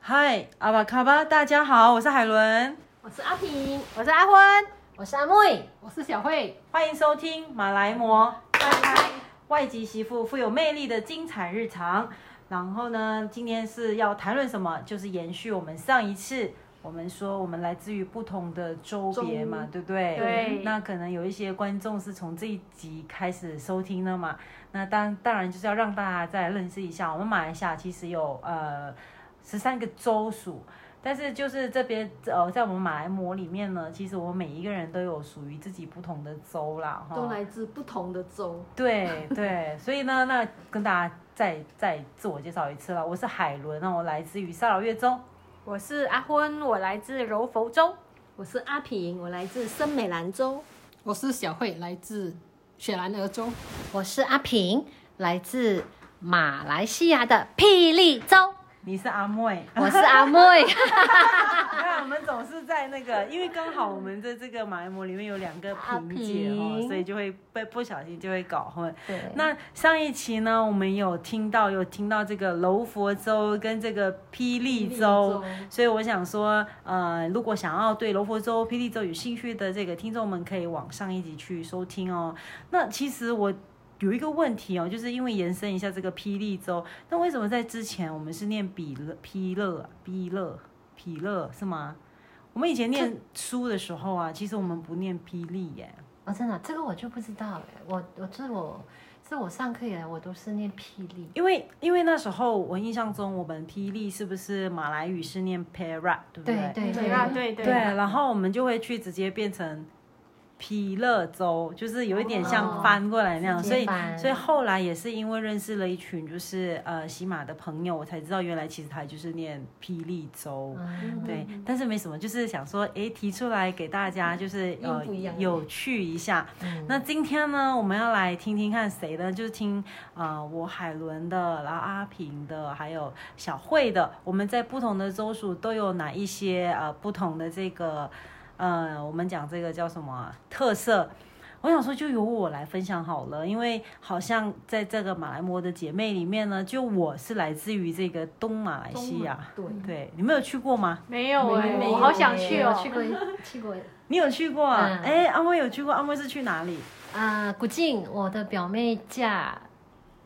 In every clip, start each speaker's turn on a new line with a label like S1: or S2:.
S1: 嗨，阿巴卡巴，大家好，我是海伦，
S2: 我是阿平，
S3: 我是阿昏，
S2: 我是阿妹，我是小慧。
S1: 欢迎收听《马来魔拜拜外籍媳妇富有魅力的精彩日常》。然后呢，今天是要谈论什么？就是延续我们上一次，我们说我们来自于不同的州别嘛，对不对？
S3: 对
S1: 那可能有一些观众是从这一集开始收听的嘛，那当当然就是要让大家再认识一下，我们马来西亚其实有呃十三个州属。但是就是这边呃，在我们马来模里面呢，其实我们每一个人都有属于自己不同的州啦，哈。
S2: 哦都来自不同的州，
S1: 对对， 所以呢，那跟大家再再自我介绍一次了。我是海伦，那我来自于沙劳越州。
S3: 我是阿昏，我来自柔佛州。
S2: 我是阿平，我来自森美兰州。
S4: 我是小慧，来自雪兰莪州。
S5: 我是阿平，来自马来西亚的霹雳 州。
S1: 你是阿妹，
S5: 我是阿妹，
S1: 那我们总是在那个，因为刚好我们的这个马来模里面有两个萍姐哦，
S5: 平
S1: 所以就会被不小心就会搞混。
S5: 对
S1: 那上一期呢，我们有听到有听到这个柔佛州跟这个霹雳州
S2: 霹雳，
S1: 所以我想说，呃，如果想要对柔佛州、霹雳州有兴趣的这个听众们，可以往上一集去收听哦。那其实我。有一个问题哦，就是因为延伸一下这个霹雳州，那为什么在之前我们是念比勒、霹勒、比勒、匹勒是吗？我们以前念书的时候啊，其实我们不念霹雳耶，
S5: 哦，真的，这个我就不知道了。我我这我这我上课以来我都是念霹雳，
S1: 因为因为那时候我印象中，我们霹雳是不是马来语是念 para，对不
S5: 对
S1: 对
S5: 对
S3: 对啊，对对
S1: 对然后我们就会去直接变成。皮勒州就是有一点像
S5: 哦
S1: 翻过来那样，
S5: 直
S1: 所
S5: 接
S1: 以
S5: 翻
S1: 所以后来也是因为认识了一群就是呃喜马的朋友，我才知道原来其实他就是念霹雳州。
S5: 嗯
S1: 对，但是没什么，就是想说，哎，提出来给大家，就是
S2: 又
S1: 呃
S2: 不一样
S1: 有趣一下。
S5: 嗯
S1: 那今天呢，我们要来听听看谁呢？就是听呃我海伦的，然后阿平的，还有小慧的，我们在不同的州属都有哪一些呃不同的这个呃，我们讲这个叫什么啊特色？我想说，就由我来分享好了，因为好像在这个马来摩的姐妹里面呢，就我是来自于这个东马来西亚，
S2: 对，
S1: 对，你们有去过吗？
S3: 没有哎、
S2: 没有
S3: 我好想去哦、
S5: 我去过一去过
S1: 你有去过啊？
S5: 嗯
S1: 哎、阿妹有去过，阿妹是去哪里？
S5: 啊，古晋，我的表妹嫁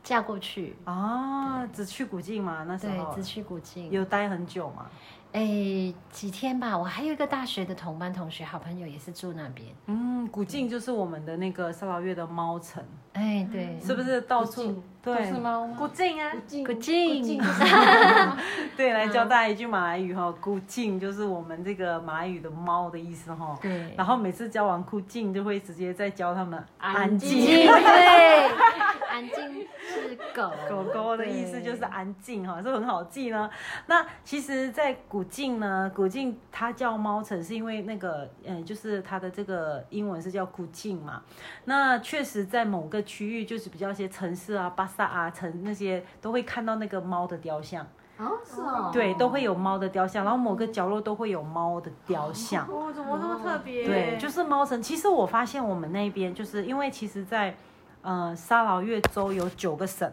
S5: 嫁过去，
S1: 啊，只去古晋嘛，那时
S5: 对，
S1: 候
S5: 只去古晋，
S1: 有待很久嘛。
S5: 哎，几天吧。我还有一个大学的同班同学，好朋友也是住那边。
S1: 嗯，古晋就是我们的那个沙劳越的猫城，
S5: 哎，对，
S1: 是不是到
S2: 古
S1: 处
S2: 晋
S1: 对
S4: 是吗？
S3: 古晋啊，
S2: 近
S5: 古晋
S2: 近
S1: 对来教大家一句马来语哈、古晋就是我们这个马来语的猫的意思哈、
S5: 对，
S1: 然后每次教完古晋，就会直接再教他们安
S2: 安静
S1: 静。
S5: 静对，安静是狗
S1: 狗狗的意思就是安静哈，是很好记呢。那其实，在古晋呢，古晋它叫猫城，是因为那个嗯，就是它的这个英文是叫古晋嘛。那确实，在某个区域，就是比较一些城市啊、巴萨啊、城那些，都会看到那个猫的雕像，
S2: 哦，是哦，
S1: 对，都会有猫的雕像，然后某个角落都会有猫的雕像。
S3: 哦，怎么这么特别？
S1: 对，就是猫城。其实我发现我们那边，就是因为其实在，呃沙劳越州有九个省，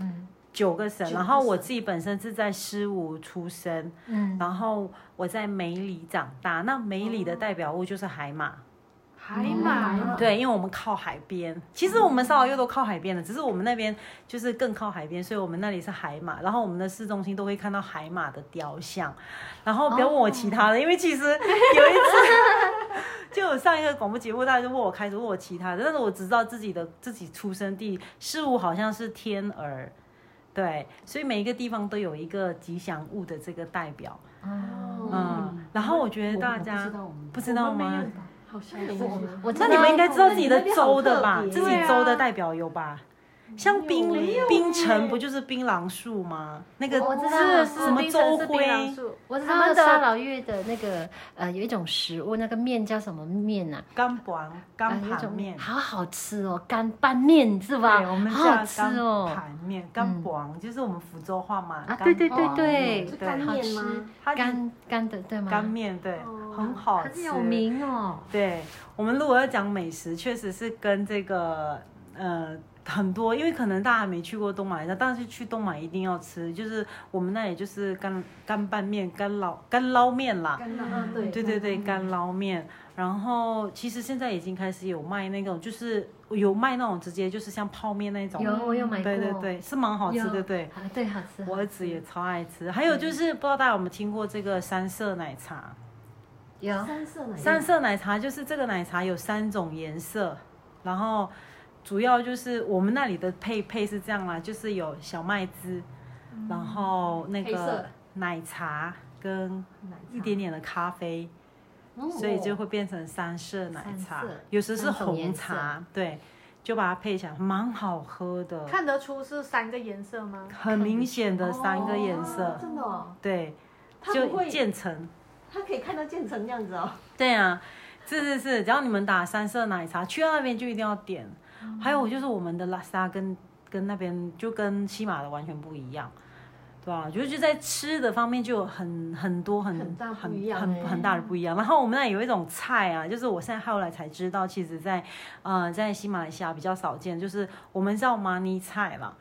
S5: 嗯
S1: 九个省，
S2: 九个
S1: 然后我
S2: 省
S1: 自己本身是在狮武出生，
S5: 嗯，
S1: 然后我在梅里长大。那梅里的代表物就是海马，
S3: 海马，
S2: 哦
S1: 对，因为我们靠海边。其实我们沙劳越都靠海边的，只是我们那边就是更靠海边，所以我们那里是海马。然后我们的市中心都会看到海马的雕像。然后不要问我其他的，因为其实有一次 就有上一个广播节目，大家就问我开始问我其他的，但是我只知道自己的自己出生地事物好像是天鹅。对，所以每一个地方都有一个吉祥物的这个代表，
S5: 哦
S1: 嗯，然后我觉得大家
S4: 我们
S1: 不知道吗？
S2: 好像没
S4: 我
S2: 有。
S5: 我知
S1: 那
S5: 道
S1: 你们应该知道自
S5: 哦
S1: 己的州的吧
S2: 那？你
S1: 自
S2: 那边好特别
S1: 己州
S5: 啊
S1: 的代表有吧？像槟
S2: 没有
S1: 槟城不就是槟榔树吗？那个
S5: 我知道
S1: 是
S5: 是
S1: 什么州徽？
S5: 我知
S3: 他
S5: 道
S3: 们的
S5: 沙老越的那个呃，有一种食物，那个面叫什么面啊？
S1: 干板干
S5: 啊有一
S1: 盘
S5: 种
S1: 面。
S5: 好好吃哦，干拌面是吧？
S1: 对，我们
S5: 好
S1: 叫
S5: 好吃
S1: 干
S5: 哦。
S1: 盘面，干板就是我们福州话嘛。
S5: 啊，
S1: 干
S5: 对对对
S1: 板
S5: 对
S2: 是，干
S1: 对，
S5: 好
S2: 面
S5: 吃
S2: 吗？
S1: 它就是
S5: 干干的对吗？
S1: 干面对
S2: 哦，
S1: 很好
S5: 很
S1: 吃。
S5: 有名哦。
S1: 对我们如果要讲美食，确实是跟这个呃很多，因为可能大家还没去过东马，但是去东马一定要吃，就是我们那里就是干干拌面、干捞干捞面啦，
S2: 干啊，对
S1: 嗯对对
S5: 嗯
S1: 对，干捞面。然后其实现在已经开始有卖那种，就是有卖那种直接就是像泡面那种，
S5: 有我有买过，
S1: 对对对，是蛮好吃
S5: 有
S1: 的，对。
S5: 啊，对，好吃。
S1: 我儿子也超爱
S5: 嗯
S1: 吃，还有就是不知道大家有没有听过这个三色奶茶？
S5: 有
S2: 三色奶
S1: 三色奶茶就是这个奶茶有三种颜色，然后主要就是我们那里的配配是这样啦，就是有小麦汁，嗯
S3: 嗯
S1: 然后那
S2: 黑色
S1: 个奶茶跟
S2: 奶茶
S1: 一点点的咖啡，
S2: 哦
S1: 所以就会变成三色奶茶
S5: 三色，
S1: 有时是
S5: 三种
S1: 红
S5: 颜色
S1: 茶，对，就把它配起来，蛮好喝的，
S3: 嗯看得出是三个颜色吗？
S1: 很明显的三个颜色
S2: 哦，真的哦，
S1: 对，
S2: 它不
S1: 就
S2: 会
S1: 渐层。
S2: 它可以看到建成这样子哦。
S1: 对啊，是是是，只要你们打三色奶茶，去到那边就一定要点。还有就是我们的拉萨跟跟那边就跟西马的完全不一样，对吧、啊？就是就在吃的方面就有很很多很
S2: 很大不
S1: 很
S2: 一样
S1: 很
S2: 欸
S1: 很大的不一样。然后我们那里有一种菜啊，就是我现在后来才知道，其实在呃在西马来西亚比较少见，就是我们叫麻尼菜啦，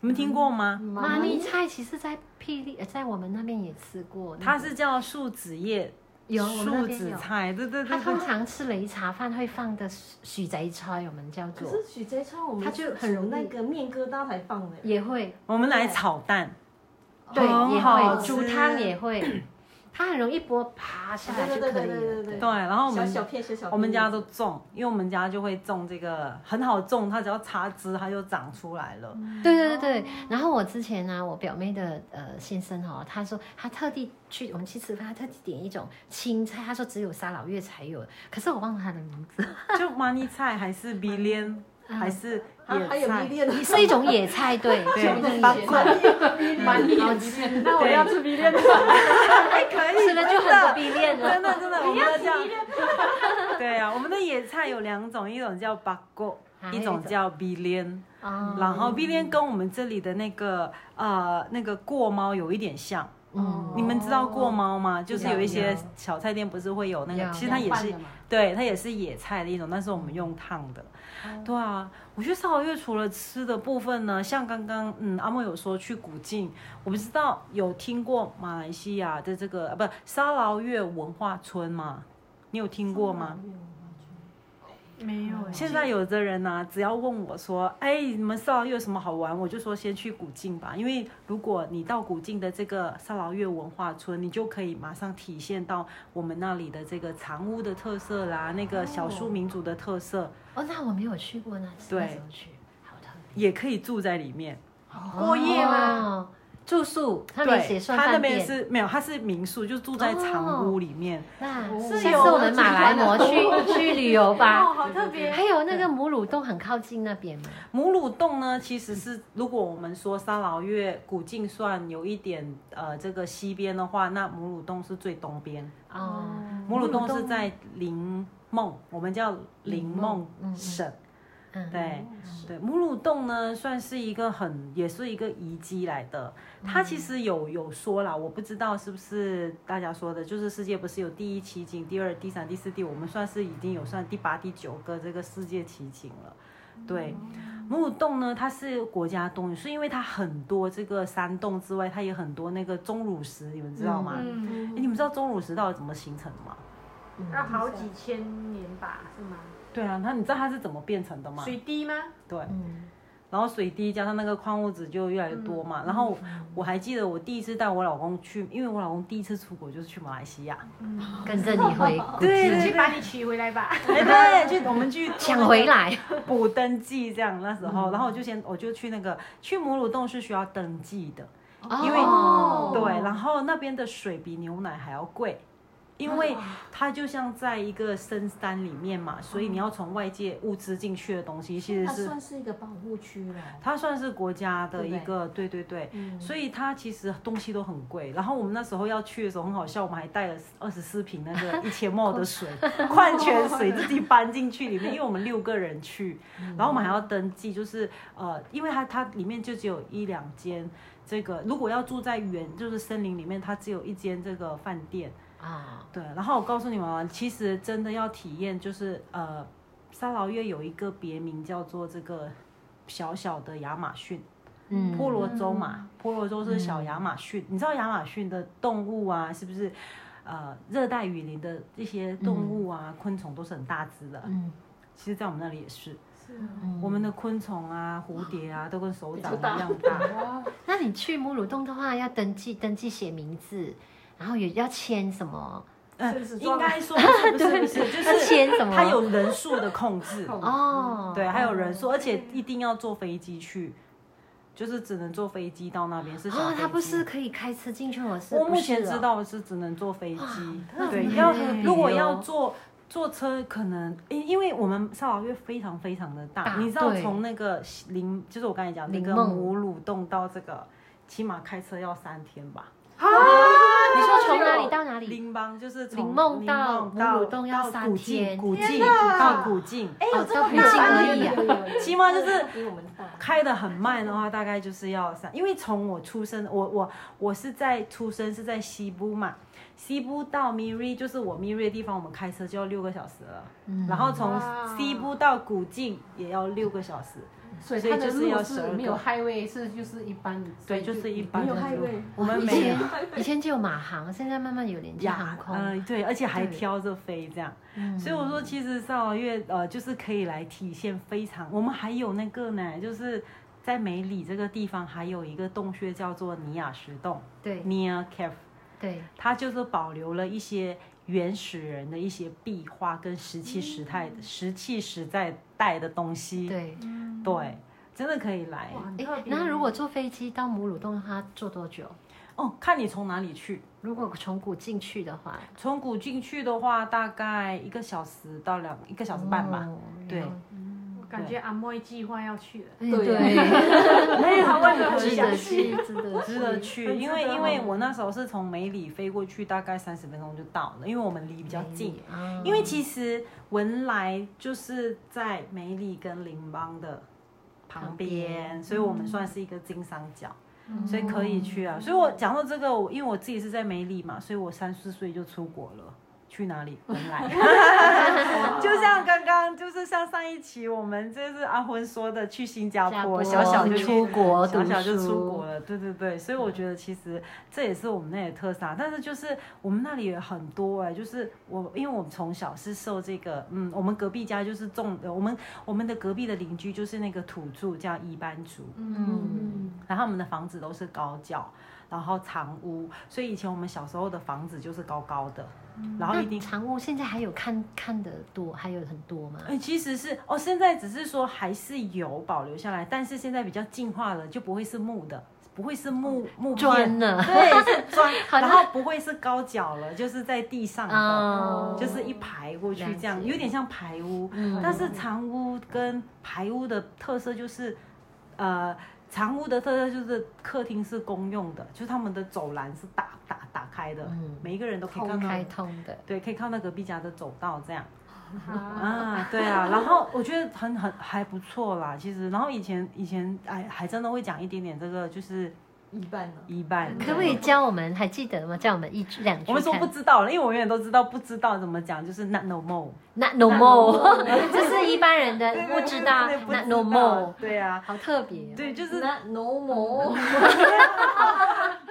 S1: 你们听过吗？
S5: 马尼菜其实，在霹雳，呃在我们那边也吃过。
S1: 它是叫树子叶。
S5: 有我们那
S1: 树
S5: 边
S1: 子
S5: 有
S1: 菜，对对对
S5: 他
S1: 对
S5: 通，常吃擂茶饭会放的许许仔菜，我们叫
S2: 可
S5: 做
S2: 是许贼超我们
S5: 它就是很容易
S2: 从那个面疙瘩才放的，哦
S5: 也会
S1: 我们来
S2: 对
S1: 炒蛋，
S5: 对
S1: 很
S5: 也
S1: 好
S5: 会煮
S1: 吃
S5: 汤也会，它很容易剥爬下来
S2: 对
S5: 就
S2: 对对
S5: 可
S2: 对
S5: 以
S2: 对
S5: 了。
S2: 对
S1: 对，然后我们
S2: 小小片小小片，
S1: 我们家都种，因为我们家就会种这个，很好种，它只要插枝，它就长出来了。
S5: 对对对对，然后我之前呢、我表妹的呃先生哦，他说他特地去我们去吃饭，他特地点一种青菜，他说只有沙老越才有，可是我忘了他的名字，
S1: 就麻尼菜还是比莲，还是
S2: 啊还
S1: 野
S2: 有迷
S1: 菜，
S2: 恋的，
S5: 是一种野菜，对，是一种
S1: 对，八
S5: 野菜，
S1: 块嗯
S2: 蛮
S5: 好 吃，
S3: 那我要吃迷恋 的，
S1: 还可以，
S5: 吃了 就很不必恋了。
S1: 真的真的，我们要这样。 对啊，我们的野菜有两种，一种叫八果
S5: 啊，
S1: 一种叫比莲。
S5: 哦
S1: 然后比莲跟我们这里的那个呃那个过猫有一点像。
S5: 嗯
S1: 你们知道过猫吗？就是有一些
S5: 有
S1: 小菜店不是会有那个，
S5: 有
S1: 其实它也
S4: 拌
S1: 是
S4: 的嘛
S1: 对，它也是野菜的一种，但是我们用烫的。对啊，我觉得烧烤月除了吃的部分呢，像刚刚嗯阿莫有说去古晋，我不知道有听过马来西亚的这个啊不沙劳越文化村吗？你有听过吗？
S3: 没有
S1: 现在有的人呢、只要问我说：“哎，你们沙劳越有什么好玩？”我就说先去古晋吧，因为如果你到古晋的这个沙劳越文化村，你就可以马上体现到我们那里的这个藏屋的特色啦，那个少数民族的特色，
S5: 哦，那我没有去过那，
S1: 对
S5: 那时候去，好特别。
S1: 也可以住在里面。
S3: 过夜吗？
S5: 哦？住宿，他们写
S1: 对，
S5: 算
S1: 他那
S5: 饭
S1: 边
S5: 店。
S1: 是没有，他是民宿，就住在藏屋里面。
S5: 那
S1: 哦
S3: 是
S5: 下
S3: 有啊
S5: 次我们马来
S2: 我
S5: 模 去去旅游吧。
S3: 哦，好特别。
S5: 还有那个母乳洞很靠近那边嘛，
S1: 母乳洞呢，其实是如果我们说沙劳越古晋算有一点呃这个西边的话，那母乳洞是最东边。
S5: 哦，
S2: 嗯
S1: 母乳洞是在林梦，我们叫林梦省。
S5: 嗯，
S1: 对对，母乳洞呢算是一个很，也是一个遗迹来的。
S5: 嗯
S1: 它其实有有说啦，我不知道是不是大家说的，就是世界不是有第一奇景、第二、第三、第四、第五，我们算是已经有算第八、第九个这个世界奇景了。
S5: 嗯
S1: 对，母乳洞呢，它是国家公园，是因为它很多这个山洞之外，它也很多那个钟乳石，你们知道吗？
S3: 嗯，
S1: 诶你们知道钟乳石到底怎么形成的吗？
S2: 嗯
S3: 要好几千年吧，是吗？
S1: 对啊，那你知道它是怎么变成的吗？
S3: 水滴吗？
S1: 对，
S5: 嗯，
S1: 然后水滴加上那个矿物质就越来越多嘛。然后我还记得我第一次带我老公去，因为我老公第一次出国就是去马来西亚，嗯
S5: 跟着你回，
S1: 对
S3: 去
S1: 对对，
S3: 把你娶回来吧。
S1: 哎对，去我们去
S5: 抢回来，
S1: 补登记这样那时候，然后我就先我就去那个去母乳洞是需要登记的， 因为
S5: 哦
S1: 对，然后那边的水比牛奶还要贵。因为它就像在一个深山里面嘛，所以你要从外界物资进去的东西，其实
S2: 它
S1: 是
S2: 算是一个保护区嗯了。
S1: 它算是国家的
S2: 对不
S1: 一
S2: 对
S1: 个，对对对，所以它其实东西都很贵。然后我们那时候要去的时候很好笑，我们还带了二十四瓶那个 一千沫的水，矿泉水自己搬进去里面，因为我们六个人去，然后我们还要登记，就是呃，因为它它里面就只有一两间。这个如果要住在原就是森林里面，它只有一间这个饭店，
S5: 啊，
S1: 对，然后我告诉你们啊，其实真的要体验，就是呃，沙劳越有一个别名叫做这个小小的亚马逊，
S5: 嗯
S1: 婆罗洲嘛，婆罗洲是小亚马逊。你知道亚马逊的动物啊，是不是？呃，热带雨林的这些动物啊，昆虫都是很大只的。
S5: 嗯，
S1: 其实，在我们那里也是，
S3: 是啊
S5: 嗯
S1: 我们的昆虫啊、蝴蝶啊，都跟手掌一
S2: 比较大
S1: 样大。
S3: 哇，
S5: 那你去母乳洞的话，要登记登记写名字，然后也要签什么？
S1: 嗯、
S2: 是不是
S1: 应该说不是不是 不是，就
S5: 要
S1: 是
S5: 签什么？
S1: 它有人数的控制。
S5: 哦，
S1: 对，还有人数，
S3: 哦
S1: 而且一定要坐飞机去，就是只能坐飞机到那边是小
S5: 哦，
S1: 飞
S5: 它不
S1: 机
S5: 是。可以开车进去，我是
S1: 我
S5: 不
S1: 目
S5: 是
S1: 前
S5: 哦
S1: 知道的是只能坐飞机，
S5: 那
S1: 对，
S5: 很
S1: 要
S5: 特别
S1: 如果要
S5: 哦
S1: 坐坐车，可能因因为我们沙老越非常非常的大，
S5: 大
S1: 你知道
S5: 对
S1: 从那个林，就是我刚才讲那
S5: 林
S1: 个
S5: 梦
S1: 母乳洞到这个，起码开车要三天吧。
S5: 你说从哪里到哪里？
S1: 林邦就是从
S5: 林梦到
S1: 林梦
S5: 母乳洞要
S1: 到
S5: 三
S1: 古晋
S5: 天
S1: 古
S3: 天
S1: 晋
S3: 哪
S1: 到古晋，
S2: 哎
S5: 哦
S2: 呦，这么
S5: 这
S2: 大
S5: 很
S2: 啊
S5: 惊异啊
S2: 有有有有
S1: 起码就是
S2: 比我们大。
S1: 开的很慢的话，大概就是要三，因为从我出生，我我我是在出生是在西部嘛，西部到 Miri 就是我 Miri 的地方，我们开车就要六个小时了，
S5: 嗯
S1: 然后从
S3: 哇
S1: 西部到古晋也要六个小时，
S4: 所以
S1: 所以
S4: 它的
S1: 就是要
S4: 路
S1: 12
S4: 是
S1: 个
S4: 没有 highway，是就是一般，
S1: 对
S4: 所以
S1: 就是一般
S2: 没有
S1: 的
S2: 害
S1: 路
S2: 位，
S1: 我们
S5: 以
S1: 没有
S5: 前以前只有马航，现在慢慢有廉价航空。
S1: 嗯、对，而且还
S5: 对
S1: 挑着飞这样，
S5: 嗯
S1: 所以我说其实上个月呃就是可以来体现非常，我们还有那个呢，就是在梅里这个地方还有一个洞穴叫做尼亚石洞
S5: 对
S1: （Near Cave）。
S5: 对，
S1: 它就是保留了一些原始人的一些壁画跟石器时代、石器时代带的东西。
S5: 嗯对，
S3: 嗯
S1: 对，真的可以来
S3: 哇，很
S5: 诶
S3: 特别
S5: 那如果
S1: 嗯
S5: 坐飞机到母乳洞的话，坐多久？
S1: 哦。看你从哪里去，
S5: 如果从古进去的话，
S1: 从古晋去的话，大概一个小时到两一个小时半吧。
S5: 哦
S1: 对
S5: 了
S1: 嗯
S3: 我感觉阿莫计划要去了，
S5: 哎
S2: 对
S5: 对，
S1: 没有
S3: 他问得很
S5: 值
S3: 详
S5: 得
S3: 细
S5: 去，值得
S1: 值得
S5: 去。
S1: 去，
S3: 很值
S1: 因为
S3: 得
S1: 因为
S3: 哦
S1: 我那时候是从梅里飞过去，大概三十分钟就到了，因为我们离比较近。
S5: 啊，
S1: 因为其实文莱就是在梅里跟林邦的旁
S5: 旁
S1: 边，
S5: 边
S1: 所以我们算是一个金三角，
S3: 嗯
S1: 所以可以去啊。所以我讲到这个，我因为我自己是在梅里嘛，所以我三四岁就出国了。去哪里？文莱，就像刚刚，就是像上一期我们就是阿昏说的，去新加
S5: 加
S1: 坡，
S5: 坡
S1: 小小就去
S5: 出国
S1: 小
S5: 读
S1: 小就出
S5: 书
S1: 国了，对对对，所以我觉得其实这也是我们那里的特色啊，但是就是我们那里也很多哎、就是我因为我们从小是受这个，嗯，我们隔壁家就是种，呃我们我们的隔壁的邻居就是那个土著叫伊班族，
S5: 嗯
S1: 然后我们的房子都是高脚，然后长屋，所以以前我们小时候的房子就是高高的，
S3: 嗯
S1: 然后一定
S5: 那长屋现在还有看看的多，还有很多吗？
S1: 哎、其实是哦，现在只是说还是有保留下来，但是现在比较进化了，就不会是木的，不会是木木
S5: 砖
S1: 片，
S5: 呢？
S1: 对，是砖，
S5: 好的
S1: 然后不会是高脚了，就是在地上的，
S5: 啊，
S1: 就是一排过去
S5: 了解
S1: 这样，有点像排屋。
S5: 嗯
S1: 但是长屋跟排屋的特色就是，呃，长屋的特色就是客厅是公用的，就是他们的走廊是打打打开的，
S5: 嗯
S1: 每一个人都可以看
S5: 通
S1: 到
S5: 开，通的，
S1: 对，可以看到隔壁家的走道这样。
S5: 嗯
S2: 嗯
S3: 啊，
S1: 啊，对啊，然后我觉得很很还不错啦，其实，然后以前以前哎还真的会讲一点点这个就是
S2: 一半呢。
S1: 一半，
S5: 可不可以？教我们？还记得吗？教我们一句两句看。
S1: 我们说不知道了，因为我永远都知道不知道怎么讲，就是 not no more，
S5: Not no more，这 是一般人的不知道
S1: 对不知道
S5: Not no more，
S1: 对啊，
S5: 好特别哦。
S1: 对，就是
S2: 那 no more，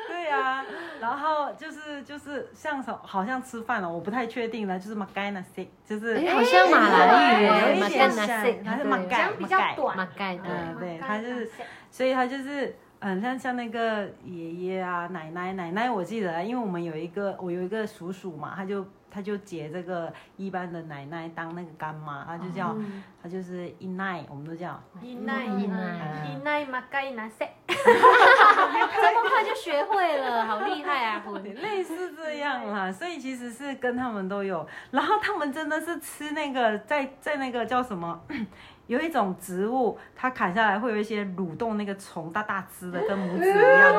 S1: 对啊，然后就是就是像什好像吃饭了，我不太确定了，就是 magana s 就是
S5: 哎，好像马来语
S1: 有
S5: 耶，
S1: 一
S5: 马
S1: 点
S5: 干纳塞，
S1: 像还是
S5: 对
S1: 马盖
S3: 讲比较短，
S5: 马盖
S1: 嗯
S5: 的，
S1: 对他就是所以他就是，嗯，像像那个爷爷啊、奶奶、奶奶，我记得，因为我们有一个，我有一个叔叔嘛，他就他就结这个一般的奶奶当那个干妈，他就叫、
S5: 嗯
S1: 他就是姨奶，我们都叫。
S3: 伊奈
S5: 伊奈
S3: 伊
S1: 嗯
S3: 奈伊奈马盖纳塞，
S5: 这么快就学会了，好 厉害啊！混
S1: 类似这样啦，所以其实是跟他们都有，然后他们真的是吃那个在在那个叫什么， 有一种植物，它砍下来会有一些蠕动那个虫，大大只的，跟拇指一 样的。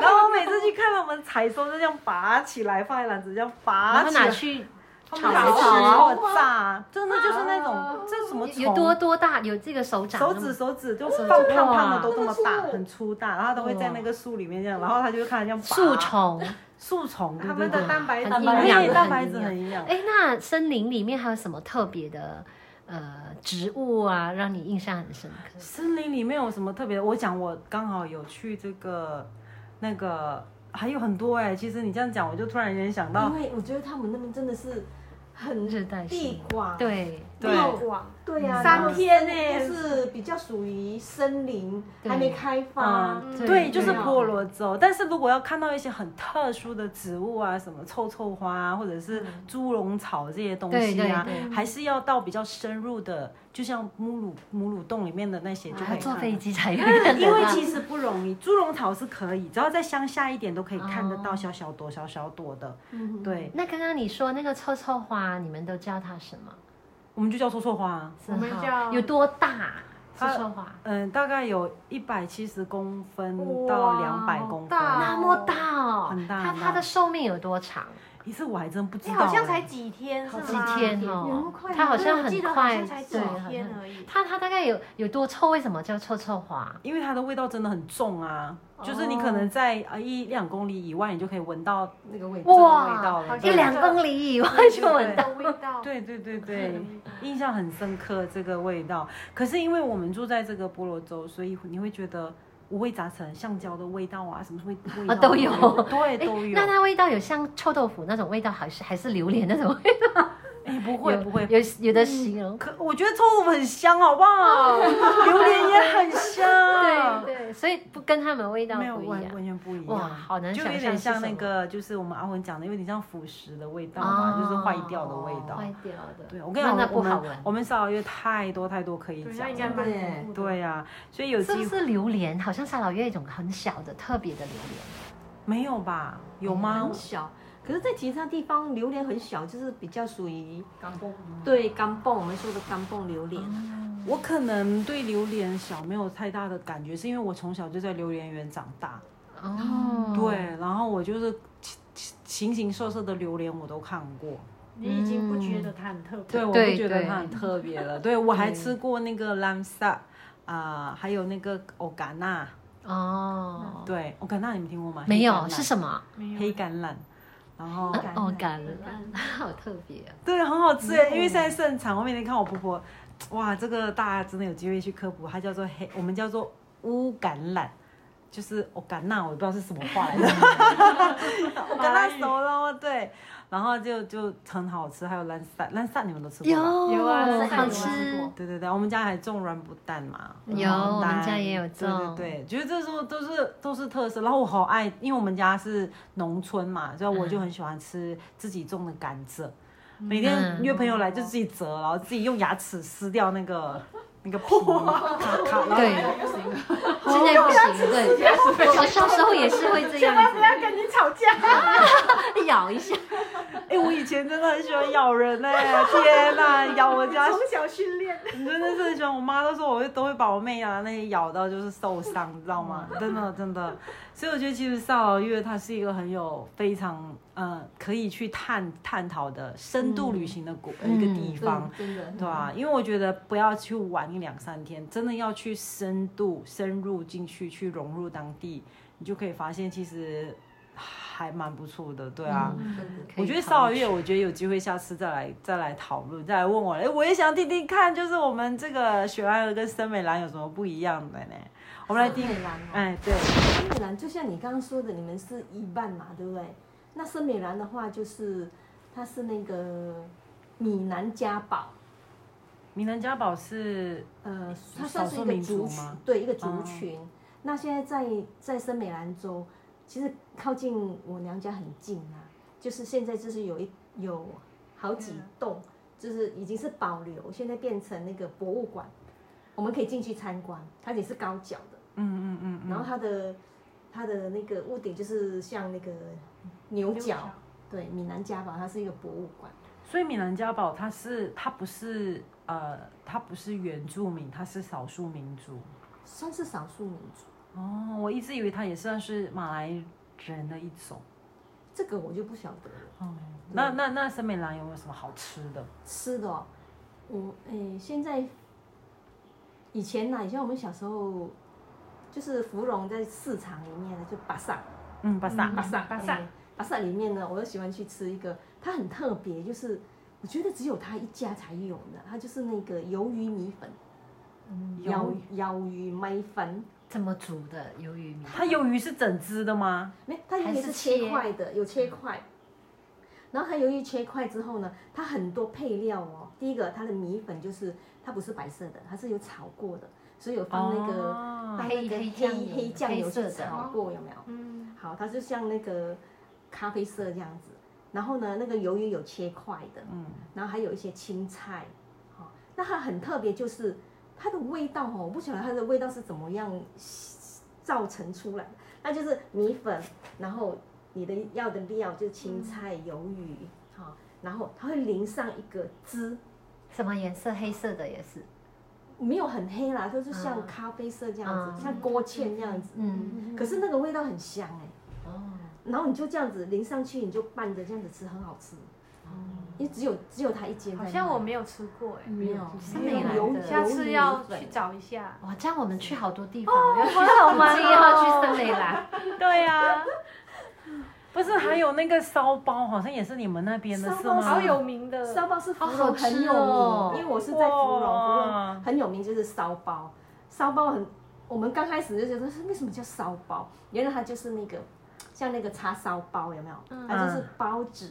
S1: 然后我每次去看他们采收，就这样拔起来，放在篮子这样拔
S5: 然后
S1: 起
S5: 拿
S1: 来，
S5: 去
S1: 他
S5: 炒
S1: 们
S5: 来
S1: 拿去
S5: 吃
S1: 炒啊炸啊，真的就是那
S3: 啊
S1: 种这什么
S5: 有
S1: 虫
S5: 多啊多大？有这个手掌那
S1: 手
S5: 么？
S1: 指手指就放胖胖的都这么大，
S2: 哇
S1: 很粗大，然后它都会在那个树里面这样，然后它就看人家拔
S5: 树虫。
S1: 树虫，对
S3: 他
S1: 对
S3: 们
S1: 对
S3: 的。蛋白质
S5: 很
S1: 对
S5: 营养
S1: 蛋白质很营养，
S5: 哎，那森林里面还有什么特别的呃植物啊，让你印象很深刻？
S1: 森林里面有什么特别的？我讲我刚好有去这个那个。还有很多哎、其实你这样讲，我就突然间想到
S2: 因，
S5: 嗯
S2: 为我觉得他们那边真的是很
S5: 热带
S2: 地
S5: 性，
S2: 广，
S5: 对
S1: 对嗯
S2: 那种
S3: 广，
S2: 对呀、啊，
S3: 三天
S2: 呢，
S3: 呢
S2: 就是比较属于森林，
S5: 对
S2: 还没开发，
S3: 嗯
S1: 对，
S5: 对
S1: 就是
S2: 啊
S1: 菠 萝粥。但是如果要看到一些很特殊的植物啊，什么臭臭花啊，或者是猪笼草这些东
S5: 对
S1: 西
S5: 嗯对
S1: 啊，
S3: 嗯
S5: 对，
S1: 还是要到比较深入的，就像母乳母乳洞里面的那些就
S5: 还
S1: 可
S5: 要
S1: 以
S5: 啊坐
S1: 看
S5: 飞
S1: 了。
S5: 机才看得到。
S1: 因为 其实不容易，猪笼草是可以，只要再乡下一点都可以看得到
S5: 哦
S1: 小小朵、小小朵的。
S2: 嗯，
S1: 对，
S5: 那刚刚你说那个臭臭花，你们都叫它什么？
S1: 我们就叫臭臭花啊。
S3: 我们
S5: 是哈
S3: 叫哎
S5: 有多大？臭
S1: 它
S5: 臭花
S1: 嗯，大概有一百七十公分到两百
S3: 哇
S1: 公分。
S3: 大哦
S5: 那么大哦，
S1: 很大
S5: 它
S1: 很大
S5: 它的寿命有多长？
S1: 一次我还真不知
S3: 你
S1: 道欸、
S3: 好像才几天是
S1: 好
S3: 吗？
S5: 几天
S3: 啊
S5: 哦
S2: 很快，
S5: 它好像
S3: 对我记
S5: 很
S3: 得
S5: 快，
S3: 好像才几
S5: 对，好
S3: 天
S5: 像
S3: 而已。
S5: 它它大概有有多臭？为什么叫臭臭花？
S1: 因为它的味道真的很重啊，
S3: 哦
S1: 就是你可能在呃一两公里以外，你就可以闻到
S4: 那个味道。
S1: 哇味道
S3: 好
S1: 了。
S3: 像
S5: 一两公里以外就闻到。
S3: 到味道，
S1: 对对对对
S3: 对，，
S1: 印象很深刻这个味道。可是因为我们住在这个菠萝州，所以你会觉得五味杂陈，橡胶的味道啊，什么味味道
S5: 啊都有
S1: 对
S5: 诶
S1: 都有。
S5: 那它味道有像臭豆腐那种味道，还是还是榴莲那种味道？
S1: 哎不会
S5: 有
S1: 不会。
S5: 有有的形容。
S1: 可我觉得臭豆腐很香，好不好？榴莲也很香，
S5: 对对，所以不跟他们味道
S1: 嗯没有
S5: 不一
S1: 完
S5: 样。
S1: 完全不一样。
S5: 哇，好难
S1: 就
S5: 想
S1: 有
S5: 象
S1: 点
S5: 是什
S1: 像那
S5: 么
S1: 个，就是我们阿文讲的，有点像腐蚀的味道嘛，就是坏掉的味道。
S5: 哦坏掉的。
S1: 对，我跟你讲，
S5: 那那
S1: 我
S5: 不好
S1: 们
S5: 闻
S1: 我们沙老越太多太多可以
S3: 对，
S1: 讲
S3: 那应该
S1: 了。
S3: 蛮恐怖的。
S1: 对呀、所以有机
S5: 是
S1: 会
S5: 不是榴莲？好像沙老越一种很小的、特别的榴莲，
S1: 没有吧？有吗
S2: 很？小。可是，在其他地方榴莲很小，就是比较属于
S4: 港崩
S2: 对干蹦，我们说的干蹦榴莲。
S1: 嗯我可能对榴莲小没有太大的感觉，是因为我从小就在榴莲园长大。
S5: 哦，
S1: 嗯对，，然后我就是形形形色色的榴莲我都看过。
S3: 你已经不觉得它很特别，
S1: 对，我
S5: 对
S1: 不觉得
S5: 对
S1: 它很特别了。对我还
S5: 对
S1: 吃过那个 lamsa 啊、还有那个欧甘纳。
S5: 哦，
S1: 对，欧甘纳你们听过吗？
S5: 没
S1: 黑橄
S5: 有
S1: 榄
S5: 是什么？
S3: 没有
S1: 黑橄榄，然后
S2: 橄榄
S5: 哦，橄
S3: 橄
S5: 榄， 好特别啊。
S1: 对，很好吃哎，因为现在盛产。我每天看我婆婆，哇，这个大家真的有机会去科普，它叫做黑，我们叫做乌橄榄，就是我橄榄，我也不知道是什么话来的，
S5: 嗯
S1: 我橄
S5: 哎
S1: 榄熟了，对，然后就就很好吃，还有蓝萨，蓝萨你们都吃过吧？
S3: 有啊
S5: 有
S3: 有
S5: 好
S3: 有
S5: 吃。
S1: 对对对，我们家还种软骨蛋嘛，
S5: 有
S1: 软骨
S5: 我们家
S1: 蛋
S5: 也有种
S1: 对对对，觉得这时候都是都是特色。然后我好爱，因为我们家是农村嘛，所以我就很喜欢吃自己种的甘蔗。每天
S5: 嗯
S1: 约朋友来就自己折，然后自己用牙齿撕掉那 个那个皮，咔咔，然后
S5: 对，现在不行， 对，我小时候也是会这样
S3: 不要跟你吵架。
S5: 子，咬一下。
S1: 哎、我以前真的很喜欢咬人哎、天哪，咬我家，
S3: 从小训练，
S1: 你真的是很喜欢。我妈都说我会都会把我妹啊那些咬到就是受伤，你知道吗？真的真的。所以我觉得其实萨劳越它是一个很有非常呃可以去探探讨的深度旅行的国、呃一个地方。
S2: 嗯对，真的。
S1: 对啊，因为我觉得不要去玩一两三天，真的要去深度深入进去，去融入当地，你就可以发现其实还蛮不错的，对啊。
S2: 真的
S1: 我觉得邵老月，我觉得有机会下次再来再来讨论，再来问我，哎，我也想听听看，就是我们这个雪兰莪跟森美兰有什么不一样的呢？我们来听，
S2: 美兰哦，
S1: 哎，对，
S2: 森美兰就像你刚刚说的，你们是一半嘛，对不对？那森美兰的话，就是它是那个闽南家宝，
S1: 闽南家宝是
S2: 呃，它
S1: 少
S2: 算
S1: 数
S2: 是一个
S1: 民族
S2: 族
S1: 吗
S2: 群，对，一个族
S1: 哦
S2: 群。那现在在在森美兰州，其实靠近我娘家很近啊，就是现在就是有一有好几
S3: 嗯
S2: 栋，就是已经是保留，现在变成那个博物馆，我们可以进去参观，它也是高脚的。
S1: 嗯嗯嗯
S2: 然后
S1: 嗯，
S2: 它的它的那个屋顶就是像那个牛角，
S3: 嗯
S2: 对，闽南家宝，它是一个博物馆，
S1: 所以闽南家宝它是它不是呃它不是原住民，它是少数民族。
S2: 算是少数民族。
S1: 哦，我一直以为它也算是马来人的一种。
S2: 这个我就不晓得了。
S1: 哦，那那那森美兰有没有什么好吃的？
S2: 吃的、哦，我诶，现在以前呐、以前我们小时候就是芙蓉在市场里面呢，就巴萨
S1: 嗯，巴萨
S3: 嗯
S2: 巴萨
S3: 巴萨
S2: 诶巴萨里面呢，我又喜欢去吃一个，它很特别，就是我觉得只有他一家才有呢，他就是那个鱿鱼米粉，
S1: 鱿
S2: 鱿
S1: 鱼
S2: 鱿鱼米粉，
S5: 怎么煮的鱿鱼米？
S1: 它鱿鱼是整只的吗？
S2: 没，它鱿
S5: 还
S2: 鱼
S5: 是
S2: 是切
S5: 切嗯
S2: 块的，有切块。然后它鱿鱼切块之后呢，它很多配料哦。第一个，它的米粉就是它不是白色的，它是有炒过的，所以有放那个、
S1: 哦
S2: 放那个
S5: 黑黑酱
S2: 黑
S5: 油
S2: 黑酱油
S5: 黑色
S2: 去
S5: 的哦
S2: 炒过，有没有？
S3: 嗯，
S2: 好，它就像那个咖啡色这样子。然后呢，那个鱿鱼有切块的，
S1: 嗯，
S2: 然后还有一些青菜，好、那它很特别，就是它的味道哦，我不晓得它的味道是怎么样造成出来的，那就是米粉，然后你的要的料就是青菜、鱿鱼，好、然后它会淋上一个汁，
S5: 什么颜色？黑色的也是。
S2: 没有很黑啦，就是像
S5: 嗯
S2: 咖啡色这样子，
S5: 嗯
S2: 像锅芡这样子，
S5: 嗯，
S2: 可是那个味道很香哎、
S5: 哦，
S2: 然后你就这样子淋上去，你就拌着这样子吃，很好吃。
S5: 哦
S2: 因为只有只有它一间在
S3: 好
S2: 卖，
S3: 像我没有吃过哎，
S2: 没有
S5: 是
S2: 嗯没有
S5: 美兰
S2: 鱿
S5: 的
S2: 鱿
S3: 下次要
S2: 鱼粉
S3: 去找一下。
S5: 哇，这样我们去好多地方，要去
S1: 好
S5: 东
S1: 玩
S5: 京，
S1: 哦
S5: 要去森美兰，
S1: 对呀、不是还有那个烧包，好像也是你们那边的是
S2: 烧包
S1: 吗？
S3: 好有名的，
S2: 嗯烧包是芙
S5: 好好
S2: 蓉
S5: 吃
S2: 很有名，
S5: 哦
S2: 因为我是在芙蓉，
S1: 哇
S2: 芙蓉很有名就是烧包，烧包很，我们刚开始就觉得是为什么叫烧包，原来它就是那个像那个叉烧包有没有？
S3: 嗯
S2: 它就是包子，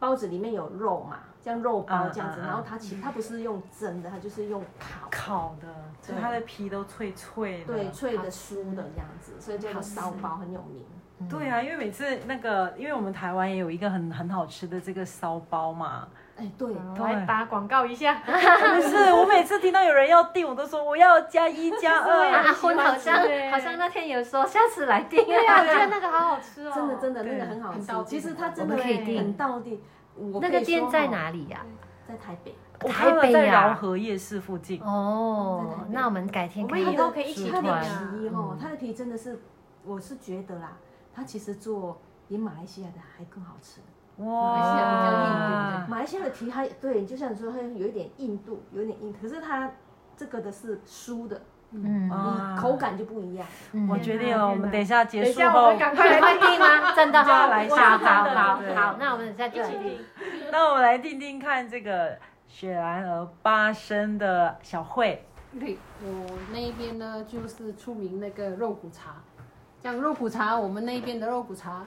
S2: 包子里面有肉嘛，像肉包这样
S1: 嗯
S2: 子，
S1: 嗯嗯
S2: 然后它其实它不是用蒸的，它就是用烤，
S1: 烤的，所以它的皮都脆脆的。
S2: 对，脆
S5: 好
S2: 的
S5: 吃
S2: 酥的这样子，所以叫做烧包很有名。
S5: 嗯
S1: 对啊，因为每次那个，因为我们台湾也有一个很很好吃的这个烧包嘛，
S2: 哎，对，
S3: 我来打广告一下。
S1: 不是我每次听到有人要订，我都说我要加一加
S5: 啊。
S1: 二。
S5: 阿坤好像
S3: 喜欢吃耶
S5: 好像那天有说下次来订
S3: 对啊，我
S5: 啊，
S3: 觉得那个好好吃哦，
S2: 真的真的那
S1: 对
S2: 个很好
S4: 很道
S2: 吃，
S4: 地
S2: 其实它真
S5: 我
S2: 的
S5: 们可以订
S2: 很到地。我
S5: 那
S2: 可
S5: 个
S2: 以
S5: 店
S2: 说
S5: 在
S2: 哦？
S5: 哪里呀？
S2: 在台北。
S1: 我看
S5: 台
S1: 了
S5: 北
S1: 在
S5: 呀
S1: 饶河夜市附近，
S2: 在台
S5: 哦，
S2: 北
S5: 那我们改天
S3: 我
S5: 可
S3: 们以
S5: 以
S3: 后可以一起
S5: 组
S2: 它的
S5: 团
S2: 皮哦
S5: 嗯，
S2: 它的皮真的是，我是觉得啦，它其实做比马来西亚的还更好吃。
S4: 哦
S2: 哦
S4: 马来西亚比较硬对不
S1: 哇
S4: 对！
S2: 马来西亚的皮它对，就像你说它有一点硬度，有一点硬，可是它这个的是酥的，
S5: 嗯
S1: 啊
S2: 你口感就不一样。
S5: 嗯
S1: 我决定哦了，我们等一下结
S3: 等一
S1: 束
S3: 下我
S1: 后
S3: 们，赶快来
S5: 快订吗？真的
S1: 要
S5: 好，
S1: 来
S5: 好
S1: 下
S5: 好
S1: 单的
S5: 好
S1: 对
S5: 好，那我们再
S3: 一起订。
S1: 那我们来听听看这个雪兰莪八生的小慧，
S4: 对，我那边呢就是出名那个肉骨茶，像肉骨茶，我们那边的肉骨茶，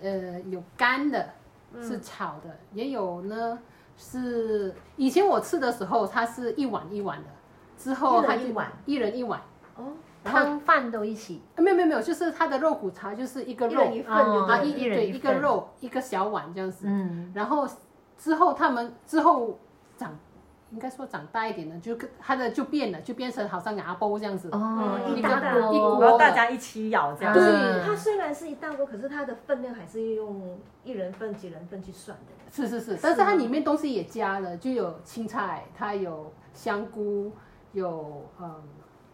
S4: 呃，有干的，
S3: 嗯
S4: 是炒的，也有呢是以前我吃的时候，它是一碗一碗的，之后
S5: 一人
S4: 它就
S5: 一碗，
S4: 一人一碗，
S2: 哦，
S4: 然后
S5: 汤饭都一起，
S4: 呃没有没有没有，就是它的肉骨茶就是一个
S2: 一
S4: 肉
S2: 人一份就
S5: 哦
S4: 啊
S2: 对
S4: 一
S2: 了。
S5: 一人
S4: 对
S5: 一
S4: 一个
S5: 份
S4: 肉一个小碗这样子，
S5: 嗯，
S4: 然后之后他们之后长，应该说长大一点的，就跟他的就变了，就变成好像牙煲这样子。
S5: 哦，
S2: 嗯
S5: 一
S2: 一
S5: 大
S2: 大
S5: 锅，
S4: 一锅
S1: 然后大家一起咬这样
S4: 对
S1: 子。
S4: 嗯
S2: 它虽然是一大锅，可是它的分量还是用一人份、几人份去算的。
S4: 是是是，但是它里面东西也加了，就有青菜，它有香菇，有嗯，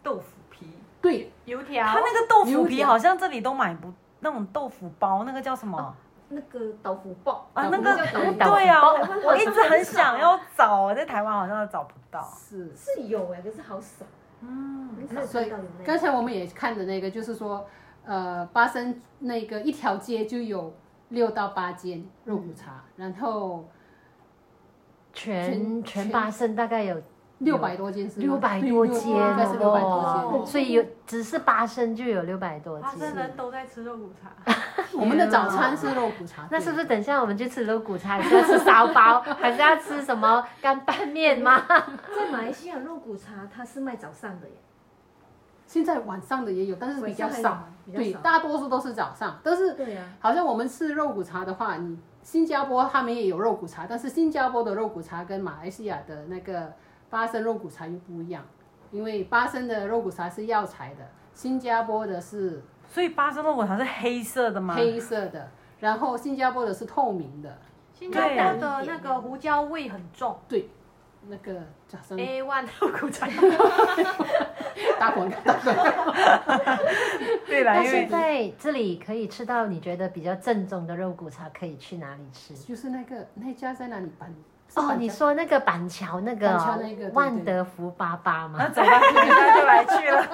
S1: 豆腐皮，
S4: 对，
S3: 油
S1: 它
S3: 条，
S1: 那个豆腐
S4: 牛
S1: 皮
S4: 角
S1: 好像这里都买不那种豆腐包，那个叫什么
S2: 那个豆腐爆，
S1: 啊？
S4: 豆
S1: 那
S4: 腐
S1: 个
S4: 叫豆腐
S1: 对啊，
S5: 包
S1: 我我一直很想要找，在台湾好像找不到。
S4: 是。
S2: 是有哎，可是好少，
S1: 嗯，
S2: 很少
S4: 所以
S2: 看到有那
S4: 刚
S2: 个。
S4: 才我们也看的那个，就是说，呃，巴生那个一条街就有六到八间肉骨茶，然后
S5: 全
S4: 全
S5: 全巴生大概有
S4: 六百多间是吗
S5: 六百
S4: 对
S5: 多
S4: 六
S5: 间
S4: 应该是六百多间
S5: 哦，所以有只是巴生就有六百多
S3: 花生
S5: 间。
S3: 人都在吃肉骨茶，
S4: 我们的早餐是肉骨茶，
S5: 那是不
S4: 是？
S5: 是等一下我们去吃肉骨茶，还是要吃烧包，还是要吃什么干拌面 吗？
S2: 在马来西亚肉骨茶，它是卖早上的耶。
S4: 现在晚上的也有，但是比较
S2: 晚
S4: 少
S2: 上。还有比
S4: 对，
S2: 较少
S4: 大多数都是早上。但是
S2: 对呀，
S4: 好像我们吃肉骨茶的话，你新加坡他们也有肉骨茶，但是新加坡的肉骨茶跟马来西亚的那个巴生肉骨茶又不一样，因为巴生的肉骨茶是药材的，新加坡的是
S1: 所以八生肉骨茶是黑色的吗？
S4: 黑色的，然后新加坡的是透明的，
S3: 新加坡的那个胡椒味很重
S4: 对，那个叫什么？
S5: 哎
S3: ，A one 肉骨茶，
S4: 打广告，打广告。
S1: 对啦，
S5: 那
S1: 因
S5: 现
S1: 为
S5: 在这里可以吃到你觉得比较正宗的肉骨茶，可以去哪里吃？
S4: 就是那个那家在哪里办？是
S5: 哦，
S4: 板
S5: 你
S4: 桥
S5: 说那个板桥那个
S4: 板桥那个对对
S5: 万德福巴巴
S1: 那
S5: 吗？
S1: 走吧，等一下就来去了。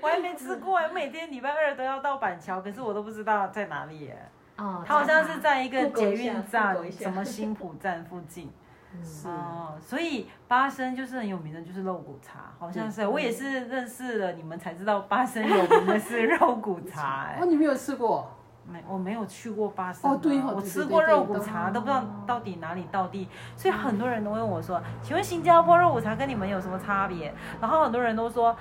S1: 我还没吃过，我每天礼拜二都要到板桥，可是我都不知道在哪里耶。
S4: 啊
S5: 哦，
S1: 它好像是在一个
S2: Google
S1: 捷
S2: 一下
S1: 运站
S2: Google 一，下嗯
S1: 什么新浦站附近。
S2: 是
S1: 哦，所以巴生就是很有名的，就是肉骨茶，好像是。我也是认识了你们才知道巴生有名的是肉骨茶、 哎
S4: 哦，你没有吃过？
S1: 没，我没有去过巴生啊、
S4: 哦对哦
S1: 我
S4: 对
S1: 吃
S4: 对
S1: 过
S4: 对
S1: 肉
S4: 对嗯
S1: 骨
S4: 都
S1: 茶，都不知道到底哪里到地，所以很多人都问我说：“请问新加坡肉骨茶跟你们有什么差别？”然后很多人都说。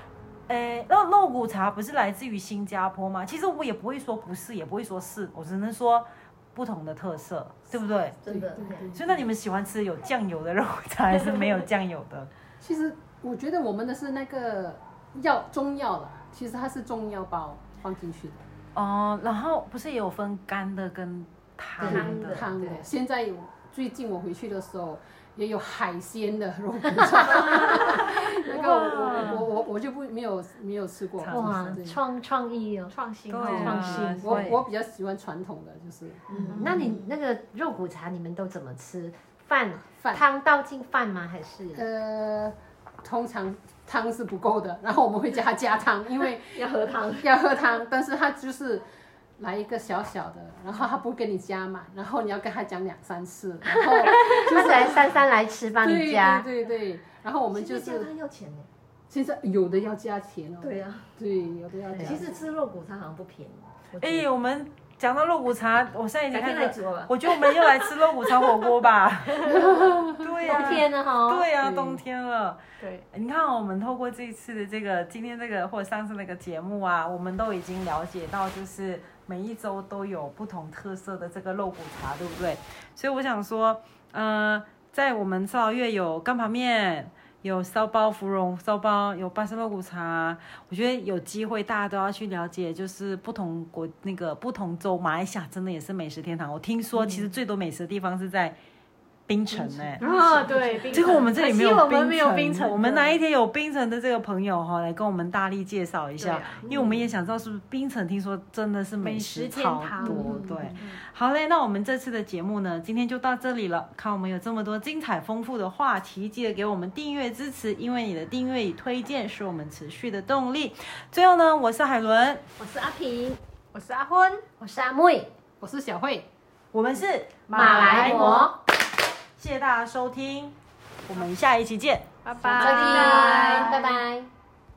S1: 诶，肉肉骨茶不是来自于新加坡吗？其实我也不会说不是，也不会说是，我只能说不同的特色，对不对？
S5: 真的
S4: 对对啊对
S1: 所以那你们喜欢吃有酱油的肉骨茶，还是没有酱油的？
S4: 其实我觉得我们的是那个药中药了，其实它是中药包放进去的，
S1: 哦，然后不是也有分干的跟汤
S5: 汤
S1: 的？
S4: 汤的
S2: 对。
S4: 现在有最近我回去的时候。也有海鲜的肉骨茶，那个我我我我就不没有没有吃过。
S5: 哇
S4: 就是，
S5: 创创意哦。
S3: 创新
S1: 对
S3: 哦，
S1: 啊
S5: 创新
S4: 我
S1: 所以
S4: 我比较喜欢传统的，就是
S5: 嗯，那你那个肉骨茶你们都怎么吃？饭
S4: 饭
S5: 汤倒进饭吗？还是
S4: 呃，通常汤是不够的，然后我们会叫他加汤，因为
S2: 要喝汤，
S4: 要喝汤，但是他就是来一个小小的，然后他不给你加满， 然后你要跟他讲两三次，然后
S5: 他来姗姗来迟帮
S4: 对
S5: 你加？
S4: 对对对，然后我
S2: 我
S4: 们就
S2: 加
S4: 是
S2: 汤要钱呢。
S4: 现在有的要加钱哦，
S2: 对啊，
S4: 对，有的要加
S5: 对
S4: 钱，
S2: 其实吃肉骨茶好像不便宜。我觉
S1: 哎、
S2: 得
S1: 我们讲到肉骨茶，我现在已经
S2: 嗯改
S1: 开
S2: 天来
S1: 始，
S2: 煮吧。
S1: 我觉得我们又来吃肉骨茶火锅 吧。对呀、
S5: 冬天哦了哈，
S1: 对
S2: 嗯
S1: 呀、
S4: 对
S1: 冬天了。
S3: 对，
S1: 你看，哦我们透过这一次的这个今天这个或者上次那个节目啊，我们都已经了解到，就是每一周都有不同特色的这个肉骨茶，对不对？所以我想说，呃，在我们四老月有干泡面。有烧包、芙蓉烧包，有巴生肉骨茶。我觉得有机会大家都要去了解，就是不同国那个不同州，马来西亚真的也是美食天堂。我听说其实最多美食的地方是在嗯槟城欸呢、
S3: 啊对，冰
S1: 结果我们这里没有
S3: 可惜我
S1: 冰城，
S3: 们没有冰城的，
S1: 我们哪一天有冰城的这个朋友哈、来跟我们大力介绍一下，
S3: 对啊
S1: 因为我们也想知道是不是冰城，听说真的是
S3: 美
S1: 食
S3: 食天
S1: 超
S3: 堂
S1: 多，
S4: 嗯
S1: 对。好嘞，那我们这次的节目呢，今天就到这里了。看我们有这么多精彩丰富的话题，记得给我们订阅支持，因为你的订阅与推荐是我们持续的动力。最后呢，我是海伦，
S5: 我是阿平，
S3: 我是阿昏，
S5: 我是阿妹，
S4: 我是小慧，
S1: 我们是
S5: 马来
S1: 摩，
S5: 摩，
S1: 谢谢大家收听，我们下一期见。
S3: 拜
S5: 再
S3: 拜，
S5: 见，拜拜。